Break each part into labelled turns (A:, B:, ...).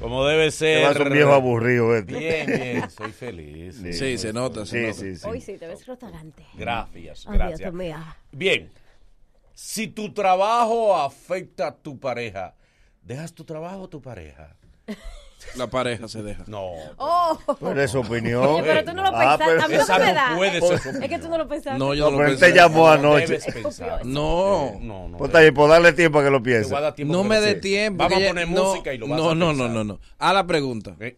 A: Como debe ser.
B: Te vas un viejo aburrido, este.
A: Bien, bien, soy feliz.
C: Sí, se nota, se nota.
B: pues, sí, sí,
D: Hoy
B: sí.
D: sí, te ves rotagante.
A: Gracias,
D: Ay, Dios
A: gracias.
D: mío.
A: Bien, si tu trabajo afecta a tu pareja, ¿dejas tu trabajo a tu pareja?
C: La pareja se deja.
A: No.
D: Oh,
B: Pero es su
D: oye,
B: opinión.
D: pero tú no lo
B: Ah,
D: pensaste. A mí
B: pero-
D: lo
A: esa
D: que me
A: no
D: da.
A: puede ser su
D: Es que tú no lo pensaste.
C: No, yo
B: No,
C: no lo
B: pero él
C: pensé.
B: te llamó anoche.
A: debes pensar.
C: No.
A: Eh, No, no.
B: Pues está bien, pues dale tiempo a que
A: Te
B: lo
A: voy a
B: piense.
A: dar tiempo
C: No
A: que
C: me
A: lo
C: dé
A: pienses.
C: tiempo.
A: Vamos
C: que
A: a
C: ya-
A: poner
C: no,
A: música y lo vas
C: No,
A: a
C: no, no,
A: pensar.
C: no, no. A la pregunta.
A: Eh,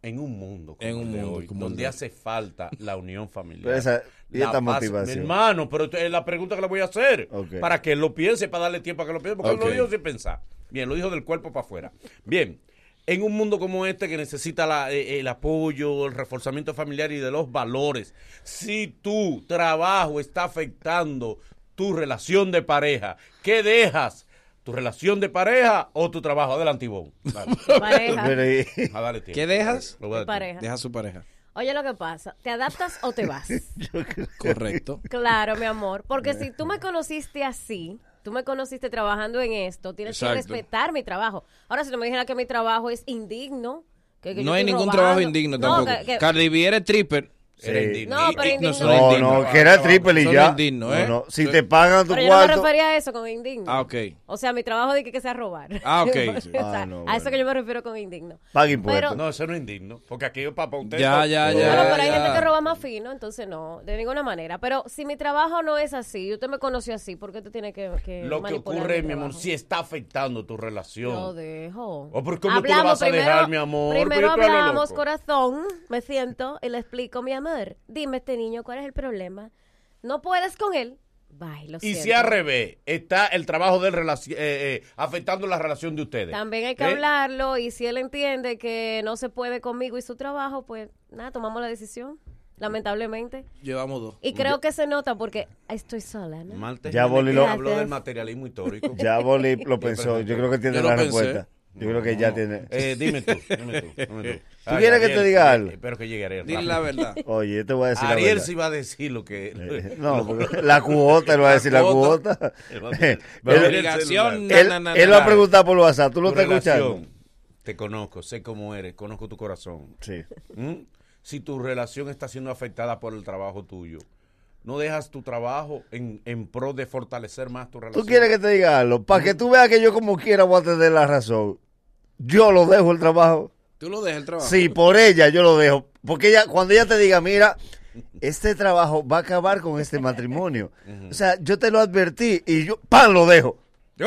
A: En un mundo como
C: En un
A: el de
C: mundo
A: hoy,
C: como el
A: donde
C: de hoy.
A: hace falta la unión familiar.
B: Pero esa- y
A: la
B: esta
A: paz-
B: motivación.
A: Mi hermano, pero esto es la pregunta que le voy a hacer.
B: Ok.
A: Para que lo piense, para darle tiempo a que lo piense, porque él
B: Ok.
A: lo dijo sin pensar. Bien, lo dijo del cuerpo para afuera. Bien, en un mundo como este que necesita la- eh, el apoyo, el reforzamiento familiar y de los valores, si tu trabajo está afectando tu relación de pareja, ¿qué dejas? ¿Tu relación de pareja o tu trabajo? Adelante, Ivonne. Dale. Ah,
D: Pareja.
B: Pero y-
A: A darle tiempo.
C: ¿Qué dejas?
A: Lo voy a dar
D: Pareja.
C: Pues Deja a su pareja.
D: Oye, lo que pasa. ¿Te adaptas o te vas?
C: Correcto.
D: Claro, mi amor. Porque si tú me conociste así, tú me conociste trabajando en esto, tienes que
C: Exacto.
D: respetar mi trabajo. Ahora, si no me dijera que mi trabajo es indigno, que, que yo
C: No hay
D: estoy
C: ningún
D: robando.
C: trabajo indigno
D: No,
C: tampoco.
D: que- que-
C: Cardi B era stripper.
A: Era
B: Sí.
A: indigno.
D: No,
A: Y-
D: pero
A: y-
D: indigno.
C: no
B: No,
C: indigno.
B: no, que
A: Ah,
B: era triple y
C: Son
B: ya.
C: indignos, ¿eh?
B: No, no, Si te pagan tu
D: Pero yo no me
B: cuarto.
D: refería a eso con indigno.
C: Ah, ok.
D: O sea, mi trabajo de que, que sea robar.
C: Ah, ok.
D: O sea,
B: Ah, no,
D: A
B: bueno.
D: eso que yo me refiero con indigno.
B: Paga
D: Pero-
B: impuestos.
A: No, eso no es indigno. Porque aquí es para usted.
C: Ya, ya, ya.
D: Bueno, pero hay
C: ya.
D: gente que roba más fino, entonces no, de ninguna manera. Pero si mi trabajo no es así, y usted me conoció así, ¿por qué tú tienes que, que
A: Lo que
D: eh, manipular
A: ocurre,
D: mi
A: mi amor,
D: trabajo?
A: sí está afectando tu relación.
D: Lo dejo.
A: Oh, pero ¿cómo tú lo vas a dejar, mi amor?
D: Primero
A: Pero tú a lo
D: hablamos,
A: loco.
D: corazón. Me siento y le explico, mi amor. Dime, este niño, ¿cuál es el problema? ¿No puedes con él? Bye, lo
A: y
D: siento.
A: si al revés está el trabajo del relaci- eh, eh, afectando la relación de
B: Este,
A: ustedes.
D: También hay que
A: ¿Eh?
D: hablarlo y si él entiende que no se puede conmigo y su trabajo, pues nada, tomamos la decisión, lamentablemente.
C: Llevamos dos.
D: Y creo que se nota porque estoy sola, ¿no?
A: Martes
B: Ya
A: Jiménez
B: Boli lo-
A: habló del materialismo histórico.
B: Ya Boli lo pensó. Yo creo que tiene
C: Yo lo
B: la
C: pensé.
B: respuesta. Yo creo que ya tiene.
A: Eh, dime tú, dime tú, dime tú.
B: ¿Tú quieres que te diga algo?
A: Espero que llegue Ariel.
C: Dile
A: rápido.
C: la verdad.
B: Oye, yo te voy a decir la
A: Ariel
B: verdad.
A: sí va a decir lo que...
B: Eh, No, porque la cuota, él va a decir la
C: cuota.
B: cuota.
A: Él va a
B: Él,
A: decir- va a decir el
C: Obligación.
B: él-
C: na, na, na,
B: él lo
C: na.
B: ha preguntado por WhatsApp. ¿Tú lo
A: tu
B: estás
A: relación,
B: escuchando?
A: Te conozco, sé cómo eres, conozco tu corazón.
B: Sí.
A: ¿Mm? Si tu relación está siendo afectada por el trabajo tuyo, no dejas tu trabajo en, en pro de fortalecer más tu relación.
B: ¿Tú quieres que te diga algo? Para que tú veas que yo como quiera voy a tener la razón. Yo lo dejo el trabajo.
C: Tú lo dejas el trabajo.
B: Sí, por ella yo lo dejo. Porque ella, cuando ella te diga, mira, este trabajo va a acabar con este matrimonio. O sea, yo te lo advertí y yo, ¡pam! lo dejo.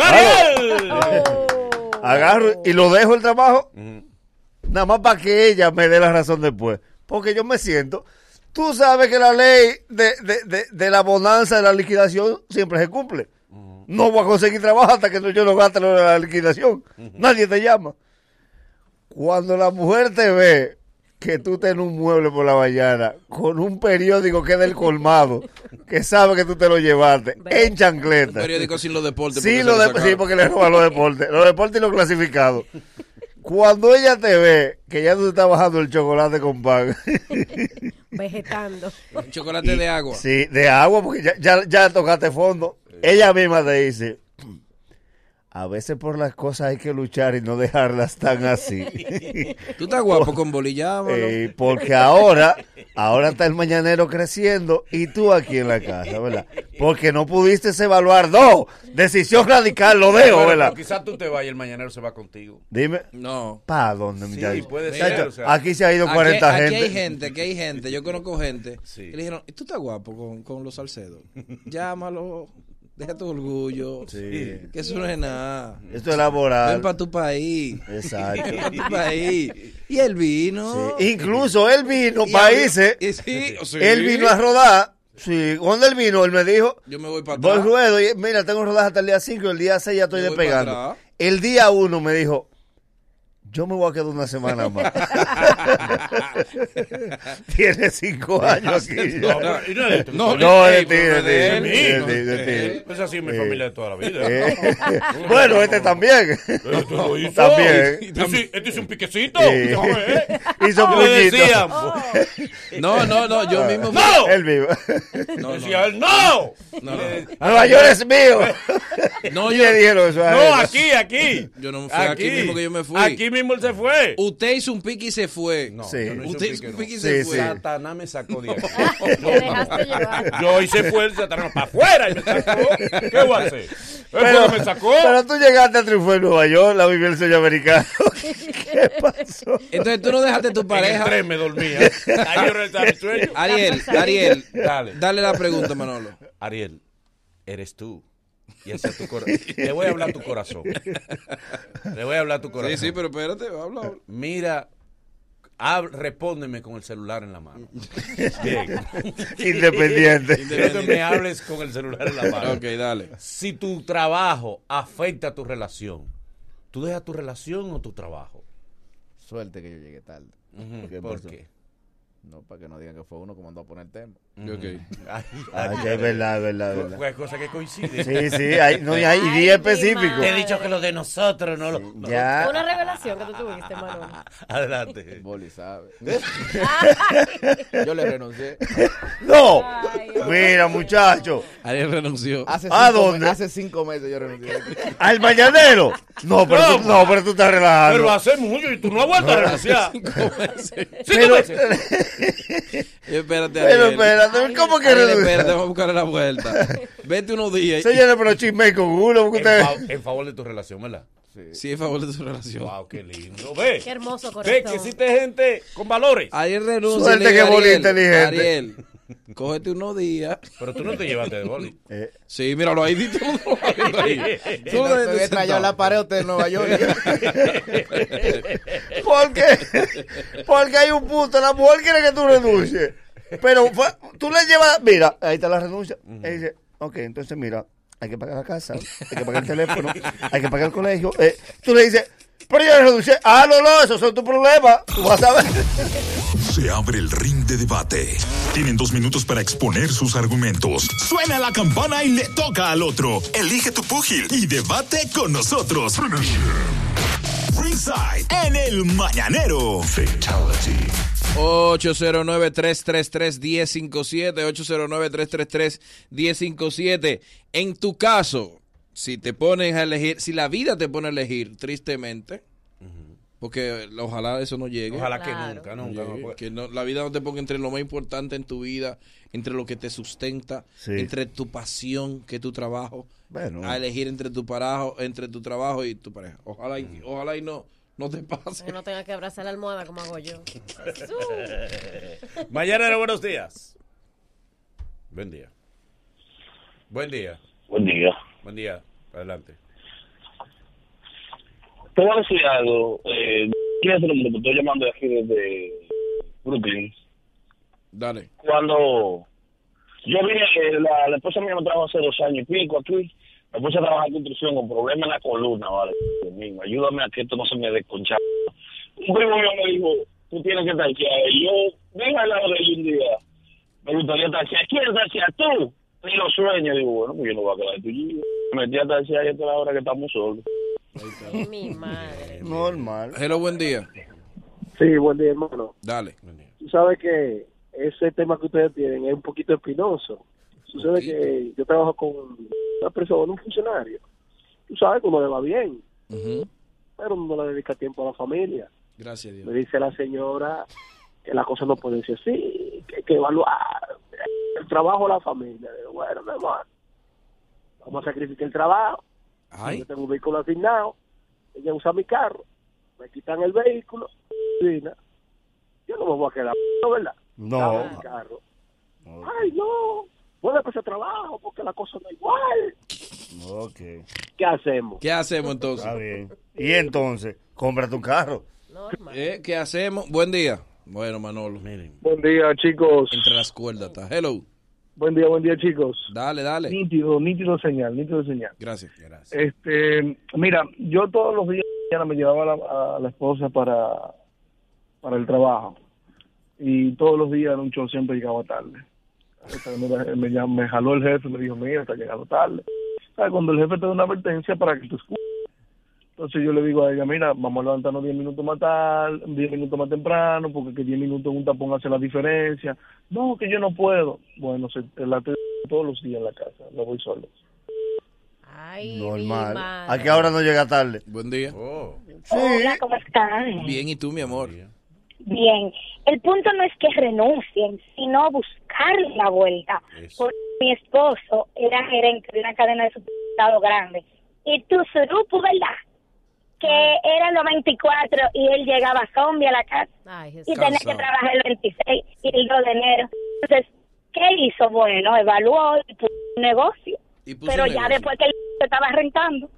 A: ¡Ariel!
D: Oh.
B: Agarro y lo dejo el trabajo,
A: Ujú.
B: nada más para que ella me dé la razón después. Porque yo me siento. Tú sabes que la ley de, de- de- de la bonanza de la liquidación siempre se cumple. No voy a conseguir trabajo hasta que no- yo no gaste lo de la liquidación. Nadie te llama. Cuando la mujer te ve que tú estás en un mueble por la mañana con un periódico que es del colmado, que sabe que tú te lo llevaste,
D: Ve.
B: en chancleta.
C: Periódico sin los deportes.
B: Sí,
C: porque
B: lo
C: se
B: de-
C: sacaron.
B: sí, porque le roban los deportes. Los deportes y los clasificados. Cuando ella te ve que ya tú te estás bajando el chocolate con pan.
D: Vegetando.
C: Chocolate de agua.
B: Sí, de agua, porque ya, ya, ya tocaste fondo. Ella misma te dice. A veces por las cosas hay que luchar y no dejarlas tan así.
C: Tú estás guapo con bolilla, mano.
B: Eh, porque ahora, ahora está el mañanero creciendo y tú aquí en la casa, ¿verdad? Porque no pudiste evaluar. No, decisión radical, lo dejo,
A: Bueno,
B: ¿verdad?
A: pero Quizás tú te vayas y el mañanero se va contigo.
B: Dime.
C: No.
B: ¿Para dónde,
A: Sí,
B: muchachos?
A: puede
C: ser,
B: Muchachos,
A: o sea.
B: aquí se ha ido
C: Aquí-
B: 40
C: aquí,
B: gente.
C: hay gente, aquí hay gente, yo conozco gente
A: Sí.
C: que le dijeron, tú estás guapo con, con los Salcedo, llámalo, deja tu orgullo,
B: Sí.
C: que eso no es nada,
B: Esto es laboral.
C: ven para tu país, ven
B: Exacto.
C: para tu país, y él vino,
B: Sí. Incluso él vino,
C: Y
B: países.
C: abrió- y sí, o sí.
B: Él vino a rodar. Sí, cuando él vino, él me dijo,
C: yo me voy para
B: voy
C: atrás,
B: ruedo, y mira, tengo rodaje hasta el día 5, el día 6 ya estoy
C: Yo voy
B: despegando.
C: para atrás.
B: El día 1 me dijo, yo me voy a quedar una semana más. Tiene cinco años aquí.
A: No, pero- y no es de-
C: No,
B: No,
A: Ey,
B: es de ti,
A: pero
B: es
A: no es de
B: de
A: mí.
B: ti, es de ti, es de ti.
A: Pues así es mi
B: Eh.
A: familia de toda la vida.
B: Eh, Bueno, este también.
A: Esto lo hizo.
B: También.
A: Esto sí- esto hizo un piquecito.
B: Eh, Hizo
A: Yo le decía, pues.
B: puñitos.
C: No, no, no, yo mismo.
A: ¡No!
B: Él vivo.
C: No, no,
A: decía él, ¡no!
C: no, no.
B: Nueva York es mío.
C: No,
B: Y
C: yo,
B: le dijeron eso a él.
A: No, aquí, aquí.
C: Yo no me fui, aquí mismo que yo me fui. Uh.
A: Aquí mismo él se fue.
C: usted hizo un pique y se fue.
A: No,
B: Sí.
A: yo no hice
C: Usted
A: un
C: hizo un
A: pique,
C: pique y
A: no.
C: se
B: Sí,
C: fue.
B: sí.
A: Satanás me sacó de aquí.
D: Te dejaste llevar.
A: Yo hice fuerza, Satanás para afuera y me sacó. ¿Qué voy a hacer? Él fue
B: Pero,
A: que me sacó.
B: pero tú llegaste a triunfar en Nueva York, la vivió el sueño americano. ¿Qué pasó?
C: Entonces tú no dejaste tu
A: en el
C: pareja.
A: tren me dormía. Ahí yo regresaba al sueño.
C: Ariel, Ariel,
A: Dale.
C: dale la pregunta, Manolo.
A: Ariel, eres tú. Y ese es tu corazón. Le voy a hablar tu corazón. Le voy a hablar tu corazón.
C: Sí, sí, pero espérate, habla. habla.
A: Mira, hab- respóndeme con el celular en la mano. Bien.
B: Independiente.
A: Quiero que me hables con el celular en la mano.
C: Ok, dale.
A: Si tu trabajo afecta a tu relación, ¿tú dejas tu relación o tu trabajo?
E: Suerte que yo llegué tarde.
A: Ujú,
B: pues,
E: ¿Qué
A: ¿Por
E: pasó?
A: qué?
E: No, para que no digan que fue uno que mandó a poner tema.
C: Ok.
A: Ay,
B: Ay, es verdad, es verdad, es verdad.
A: Fue cosa que coincide.
B: Sí, sí, hay, no, y hay
D: Ay,
B: día
D: mi
B: específico.
A: Te he dicho que lo de nosotros no lo. no.
B: Ya.
D: Una revelación que tú tuviste, Manolo.
A: Adelante.
E: El boli sabe. yo le renuncié.
B: No.
D: Ay,
B: Mira, muchacho.
C: Ariel renunció.
E: Hace
B: ¿A
E: cinco
B: dónde?
E: me- Hace cinco meses yo renuncié.
B: Al mañanero. No, pero tú, no, pero tú estás relajando.
A: Pero hace mucho y tú no has vuelto a renunciar. Cinco
B: Pero-
A: veces.
C: Espérate,
B: Pero
C: Ariel.
B: espérate, ¿cómo que
C: Ariel,
B: renuncia?
C: espérate, vamos a buscarle la vuelta. Vete unos días. y-
B: Señores, pero chisme con uno, porque
A: en,
B: ustedes.
A: fa- en favor de tu relación, ¿verdad?
C: Sí, a favor de su relación.
A: Wow, qué lindo. Ve.
D: Qué hermoso
A: Ve
D: corazón.
A: que existe gente con valores.
B: Ah.
C: Ariel renuncia.
B: Suerte
C: y le digo,
B: que boli
C: Ariel,
B: inteligente.
C: Ariel, cógete unos días.
A: Pero tú no te llevaste de boli.
B: Eh,
C: Sí, míralo ahí. Dito, tú lo ahí. Tú
E: No,
C: lo
E: se había trayado la pared usted en Nueva York.
B: Porque, porque hay un punto, la mujer quiere que tú renuncies. Pero fue- tú le llevas, mira, ahí está la renuncia. Y dice, ok, entonces mira, hay que pagar la casa, hay que pagar el teléfono, hay que pagar el colegio. Eh, tú le dices, pero yo renuncié. Ah, no, no, esos son tus problemas. Tú vas a ver.
F: Se abre el ring de debate. Tienen dos minutos para exponer sus argumentos. Suena la campana y le toca al otro. Elige tu púgil y debate con nosotros. Ringside en el mañanero. Fatality.
C: 809-333-1057, 809-333-1057. En tu caso, si te pones a elegir, si la vida te pone a elegir, tristemente, porque ojalá eso no llegue.
A: Ojalá
D: Claro.
A: que nunca,
C: no
A: nunca.
C: llegue,
A: porque-
C: que no- la vida no te ponga entre lo más importante en tu vida, entre lo que te sustenta,
B: Sí.
C: entre tu pasión, que es tu trabajo,
B: Bueno.
C: a elegir entre tu parajo, entre tu trabajo y tu pareja. Ojalá
B: Mm.
C: y, ojalá y no, no te pase.
D: No tenga que abrazar la almohada como hago yo.
A: Mañanero, buenos días. Buen día. Buen día.
G: Buen día.
A: Buen día. Adelante.
G: Te voy a decir algo. Eh, ¿Quién es el número? Te estoy llamando de aquí desde Brooklyn.
C: Dale.
G: Cuando yo vine, eh, la, la esposa mía me trajo hace dos años y pico aquí. Me puse a trabajar en construcción con problemas en la columna, ¿vale? Dios mío, ayúdame a que esto no se me desconcha. Un primo mío me dijo, tú tienes que tachear. Y yo, venga al lado de él un día. Me gustaría tachear. ¿Quién tachea? Tú. Y los sueños. Digo, bueno, pues yo no voy a quedar tuyo. Me metí a tachear y esta es la hora que estamos solos.
D: Ay, mi madre.
B: Normal.
C: Hello, buen día.
H: Sí, buen día, hermano.
C: Dale.
A: Buen día.
H: Tú sabes que ese tema que ustedes tienen es un poquito espinoso. Sucede
C: Poquito.
H: que yo trabajo con una persona, un funcionario. Tú sabes que uno le va bien,
C: Ujú.
H: pero uno no le dedica tiempo a la familia.
C: Gracias, Dios.
H: Me dice la señora que las cosas no pueden ser así, que hay que evaluar el trabajo a la familia. Digo, Bueno, mi amor, vamos a sacrificar el trabajo.
C: Ay.
H: Yo tengo un vehículo asignado, ella usa mi carro, me quitan el vehículo, oficina. yo no me voy a quedar, ¿verdad? Dame
B: No.
H: el carro. Ay, no, vuelve a ese trabajo porque la cosa no es igual.
B: Ok.
H: ¿Qué hacemos?
C: ¿Qué hacemos entonces?
B: Está bien. Y entonces, cómprate un carro.
D: Normal.
C: ¿Eh? ¿Qué hacemos? Buen día. Bueno, Manolo.
A: Miren.
H: Buen día, chicos.
C: Entre las cuerdas está. Hello.
H: Buen día, buen día, chicos.
C: Dale, dale.
H: Nítido, nítido señal, nítido señal.
C: Gracias.
A: Gracias.
H: Este, mira, yo todos los días mañana me llevaba a la, a la esposa para, para el trabajo. Y todos los días era un show, siempre llegaba tarde. Hasta que Me, me llam- me jaló el jefe, me dijo, mira, está llegando tarde. ¿Sabes? Cuando el jefe te da una advertencia para que te escuche. Entonces yo le digo a ella, mira, vamos a levantarnos 10 minutos más tarde, 10 minutos más temprano, porque que 10 minutos en un tapón hace la diferencia. No, que yo no puedo. Bueno, se, la tengo todos los días en la casa, no voy solo.
D: Ay, mi
B: Normal.
D: madre.
B: Aquí ahora no llega tarde.
C: Buen día.
A: Oh,
I: Hola, ¿cómo están?
C: Bien, ¿y tú, mi amor?
I: Bien. El punto no es que renuncien, sino buscar la vuelta.
A: Eso.
I: Porque mi esposo era gerente de una cadena de supermercado grande. Y tu surupo, ¿verdad?
G: Ah.
I: Que era los 24 y él llegaba zombie a la casa
D: Ay,
I: y
D: Jesús.
I: tenía que
C: Cansado.
I: trabajar el 26 y el 2 de enero. Entonces, ¿qué hizo? Bueno, evaluó y puso un negocio.
C: Y puso
I: Pero
C: un
I: ya
C: negocio.
I: después que él se estaba rentando.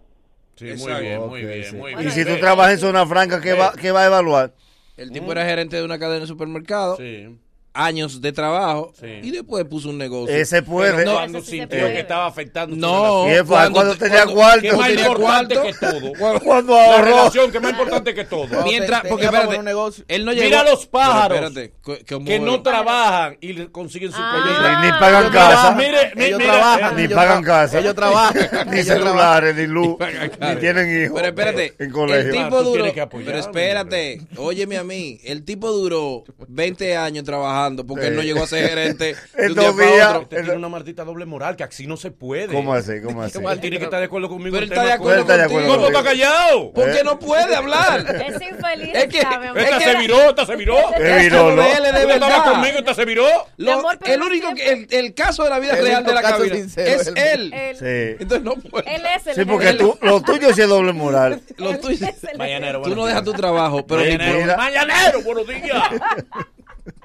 A: sí, muy
C: Exacto.
A: bien, muy
B: Ok,
A: bien,
B: sí.
A: muy
D: Bueno,
A: bien. Eh,
B: y si tú
A: Ve,
B: trabajas en zona franca, ¿qué, va, qué va a evaluar?
C: El tipo era gerente de una cadena de supermercado,
A: Sí.
C: años de trabajo,
A: Sí.
C: y después puso un negocio.
B: Ese puede.
C: No,
A: Cuando
D: Eso sí se
A: sintió
D: puede.
A: que estaba afectando su
C: No,
A: relación.
B: ¿Qué fue? ¿Cuándo
C: te-
B: tenía
A: Que
B: cuarto?
A: más
C: tenía
A: importante que
C: cuarto.
A: todo.
B: Cuando
A: La
B: ahorró.
A: relación que más importante que todo.
C: Mientras,
E: Te-
C: porque
E: tenía para
C: espérate,
E: un negocio.
C: él no llegó.
A: Mira los pájaros
C: Pero espérate, co- como-
A: que no trabajan y le consiguen su comida.
B: Ni pagan casa.
A: Mire, mi-
E: ellos
A: mira,
E: trabajan.
B: Ni
E: ellos
B: pagan
E: tra-
B: casa.
E: Ellos trabajan.
B: Ni
E: ellos trabajan.
B: celulares, ni luz,
C: pagan
B: ni tienen hijos.
C: Pero espérate,
B: En colegio.
C: el
A: Ah,
C: tipo
A: tú
C: duró,
A: tienes que apoyarme,
C: pero espérate, óyeme a mí, el tipo duró 20 años trabajando porque él no
B: Sí.
C: llegó a ser gerente de
B: En
C: un día
B: dos
C: para
B: días.
C: otro.
A: Usted tiene una maldita doble moral que así no se puede.
B: ¿Cómo así? ¿Cómo así?
A: Él tiene que estar de acuerdo conmigo.
C: Pero
A: en
C: él está de
A: temas
C: acuerdo
B: Él está de acuerdo
A: como- ¿Cómo está
C: contigo.
A: callado?
C: Porque no puede hablar.
D: Es infeliz.
C: Es que-
D: está, mi amor.
C: es
A: Esta
C: que-
A: se viró, esta se viró.
B: Eh,
C: Eso
B: viró,
C: lo
B: ¿no?
C: de él es de
A: Tú estabas
C: verdad.
A: conmigo, esta se viró.
C: Lo-
D: Mi amor, pero
C: el
D: no
C: único que,
D: siempre-
C: el, el caso de la vida
E: El
C: real de la
E: único caso
C: cabina
E: sincero
C: es
E: es el
C: él.
D: Él,
B: Sí.
C: Entonces no puede.
D: él es el
B: Sí, porque
D: gerente.
B: tú, lo tuyo sí es doble moral.
C: Lo tuyo-
D: Él es el
A: Mañanero,
C: Tú
A: buenos
C: no
A: días.
C: dejas tu trabajo, pero ni
A: Mañanero,
B: Mira.
A: mañanero, buenos días.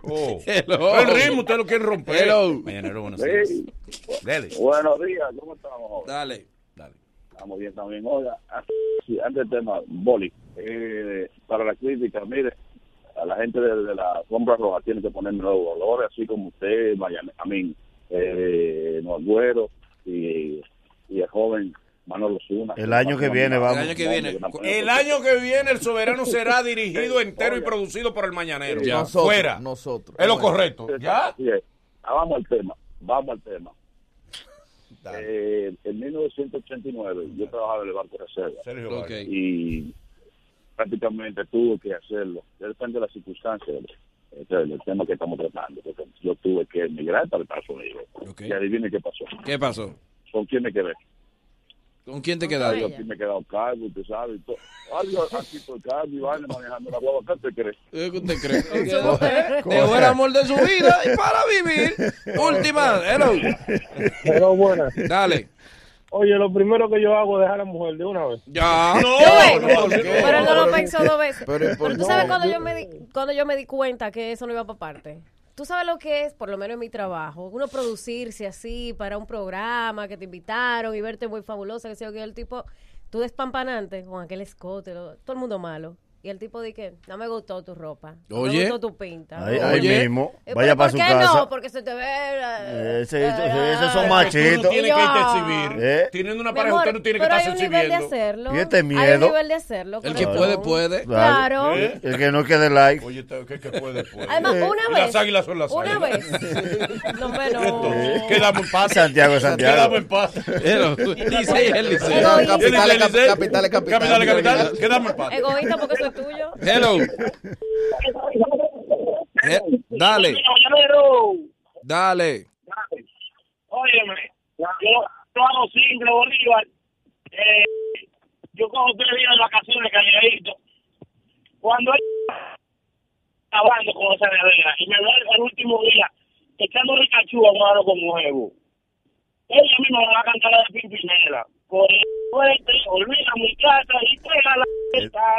A: Oh.
C: Hello.
A: El ritmo, usted lo quiere romper.
C: Hello.
A: Mañanero, buenos días. Dele.
G: Buenos días, ¿cómo estamos?
C: por- Dale.
A: Dale.
G: Estamos bien también. Oiga, sí, antes del tema, Boli, eh, para la crítica, mire, a la gente de, de la sombra roja tiene que poner nuevos valores, así como usted, Mayan- a mí, eh, Norgüero y, y el joven Manolo Zuna.
B: El año que viene, vamos.
C: El año que viene.
A: El año que viene el soberano será dirigido entero y producido por el mañanero.
C: Ya.
E: Nosotros,
A: Fuera.
E: Nosotros.
A: Es lo correcto. ¿Ya?
G: ¿Ya? Ah, vamos al tema, vamos al tema.
A: Dale,
G: Eh, en 1989 yo trabajaba en el Banco de Reserva.
A: Sergio
C: Ok.
A: Vargas.
G: y prácticamente tuve que hacerlo. Ya Depende de las circunstancias este es el tema que estamos tratando. porque Yo tuve que emigrar para Estados Unidos.
C: Ok.
G: Y adivine qué pasó.
C: ¿Qué pasó?
G: ¿Con quién me quedé?
C: ¿Con quién te
D: Ay,
C: quedaste?
D: ya.
G: Yo aquí me he quedado cargo, usted sabe. y todo. Ay, yo aquí estoy cargo y vaina manejando la guagua. ¿Qué te crees?
C: Eh, ¿Qué usted cree?
D: Súper.
C: Dejó el amor de su vida y para vivir. Última. Hello.
H: Pero bueno,
C: Dale.
H: oye, lo primero que yo hago es dejar a la mujer de una vez.
C: Ya.
A: No, no,
D: Pero
A: no, no.
D: él no lo pensó dos veces.
E: Pero, ¿y por
D: Pero tú
E: qué?
D: sabes cuando yo me di, cuando yo me di cuenta que eso no iba para parte. Tú sabes lo que es, por lo menos en mi trabajo, uno producirse así para un programa que te invitaron y verte muy fabulosa, que sé yo, que el tipo, tú despampanante con aquel escote, lo- todo el mundo malo. Y el tipo dice, que, no me gustó tu ropa, no
C: Oye.
D: me gustó tu pinta.
B: Ahí,
D: Eh,
B: ahí
C: Oye.
B: mismo.
D: pero
B: Vaya para su
D: ¿Por qué
B: casa.
D: no? Porque se te ve... eh,
B: Ese-
D: eh,
B: esos son
D: eh,
B: machos.
A: Tú no
B: Chito.
A: tienes que
D: Ya.
A: irte a exhibir.
B: ¿Eh?
A: Teniendo una
D: Mi
A: pareja,
D: amor,
A: usted no tiene que
D: pero
A: estarse
D: hay un nivel de
A: exhibiendo.
D: hacerlo.
B: Y este
D: Hay un
B: miedo.
D: nivel de hacerlo.
C: El que
D: corazón.
C: puede, puede.
D: Claro.
A: ¿Eh?
B: El que no quede like.
A: Oye, te- ¿qué, qué puede, puede?
D: Además,
B: Eh,
C: Eh,
D: una
A: Y
D: vez.
A: Las águilas son las
D: Una
A: águilas.
D: vez. No, pero.
A: Esto, Quedamos en paz.
B: Santiago,
A: Quedamos
B: Santiago.
A: en paz.
C: Hello. Licey, el licey.
E: No,
D: Egoísta.
E: capitales, cap-
A: Licey. Capitales,
E: capitales, capitales.
A: capitales. Quedamos en paz.
D: Egoísta porque eso es tuyo.
C: Hello. He- dale. Dale.
G: Óyeme, yo, yo hago simple, Bolívar. Eh, yo cojo tres días de vacaciones calladito. Cuando hay acabando con esa nevera y me voy el último día echando el cachú a mano con huevo. Ella misma me va a cantar la de Pimpinela. Por el fuerte, olvida mi casa y pega la...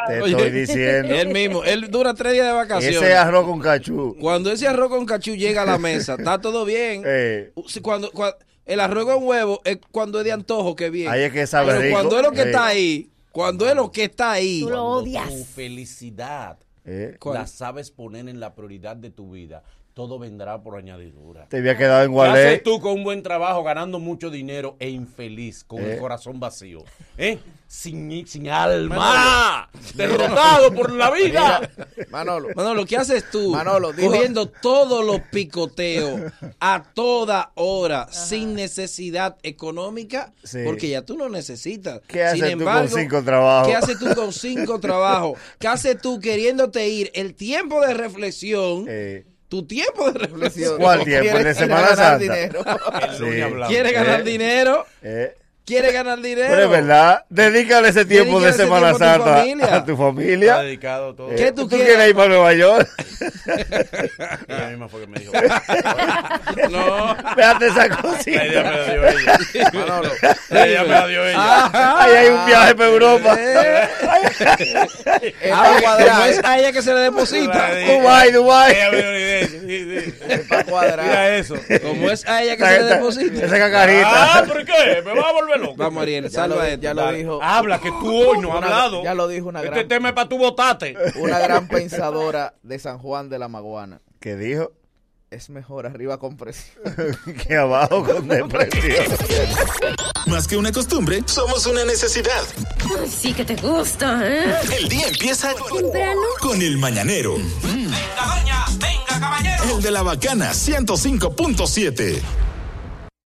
B: Te
C: Oye.
B: estoy diciendo.
C: Él mismo. Él dura tres días de
B: Ese
C: vacaciones.
B: arroz con cachú.
C: Cuando ese arroz con cachú llega a la mesa, está todo bien.
B: Eh,
C: Si Cuando, cua- el arroz con huevo es cuando es de antojo que viene.
B: Ahí es que sabe
C: Pero
B: rico.
C: cuando es lo que
B: Eh.
C: está ahí, cuando es lo que está ahí,
D: Tú lo
A: Tu
D: odias.
A: felicidad
B: eh,
C: ¿Cuál?
A: la sabes poner en la prioridad de tu vida. Todo vendrá por añadidura.
B: te había quedado en
A: ¿Qué haces
B: Gualey.
A: tú con un buen trabajo, ganando mucho dinero e infeliz, con el corazón vacío? ¿Eh? Sin, sin ¿Eh? alma, derrotado por la vida.
E: Manolo.
C: Manolo, ¿qué haces tú?
E: Manolo, dijo-
C: cogiendo todos los picoteos a toda hora, sin necesidad económica,
B: Sí.
C: porque ya tú no necesitas.
B: ¿Qué haces tú con cinco trabajos?
C: ¿Qué haces tú con cinco trabajos? ¿Qué haces tú queriéndote ir? El tiempo de reflexión,
B: Eh,
C: tu tiempo de reflexión.
B: ¿Cuál tiempo? ¿El de
E: ¿Quieres
B: Semana
E: ganar
B: Santa?
E: dinero?
A: El lunes
B: Sí.
A: hablamos.
C: ¿Quiere ganar
B: Eh.
C: dinero?
B: eh.
C: ¿Quiere ganar dinero?
B: Pero es verdad, dedícale ese tiempo
C: Dedícale
B: de
C: ese
B: Semana
C: tiempo a tu
B: Santa
C: familia.
B: a tu
A: Está
B: familia.
A: dedicado todo.
C: ¿Qué
B: Eh,
C: tú
B: quieres
C: quieres?
B: ir para Nueva York?
A: Ella misma fue que me dijo.
C: No.
B: Véate esa
A: La idea me
B: cosita.
A: la dio ella.
E: Manolo.
A: La idea me la dio
E: Ah.
A: ella.
C: Ajá.
B: Ahí hay un viaje para Europa.
C: eh.
B: Eh.
C: Ah,
E: Para
C: después
E: cuadrar.
C: a ella que se le deposita.
A: La idea-
B: Dubai, Dubai.
A: Ella me dio la idea. Sí, sí.
E: Para cuadrar.
A: Mira eso.
C: Como es a ella que
B: Esa-
C: se le
B: esa-
C: deposita.
B: Esa
A: Ah,
B: cacarita.
A: ¿por qué? Me va a volver loco.
C: Vamos, Ariel,
E: Ya lo,
C: salva esto.
E: ya lo
A: Dale.
E: dijo.
A: Habla, que tú hoy no has
E: Una-
A: hablado.
E: ya lo dijo una
A: Este
E: gran-
A: tema es para tu votate.
E: Una gran pensadora de San Juan de la Maguana.
B: ¿Qué dijo?
E: Es mejor arriba con presión.
B: Que abajo con depresión.
F: Más que una costumbre, somos una necesidad.
J: Sí que te gusta, ¿eh?
F: El día empieza con el mañanero. Venga, doña, venga, caballero. El de la bacana 105.7.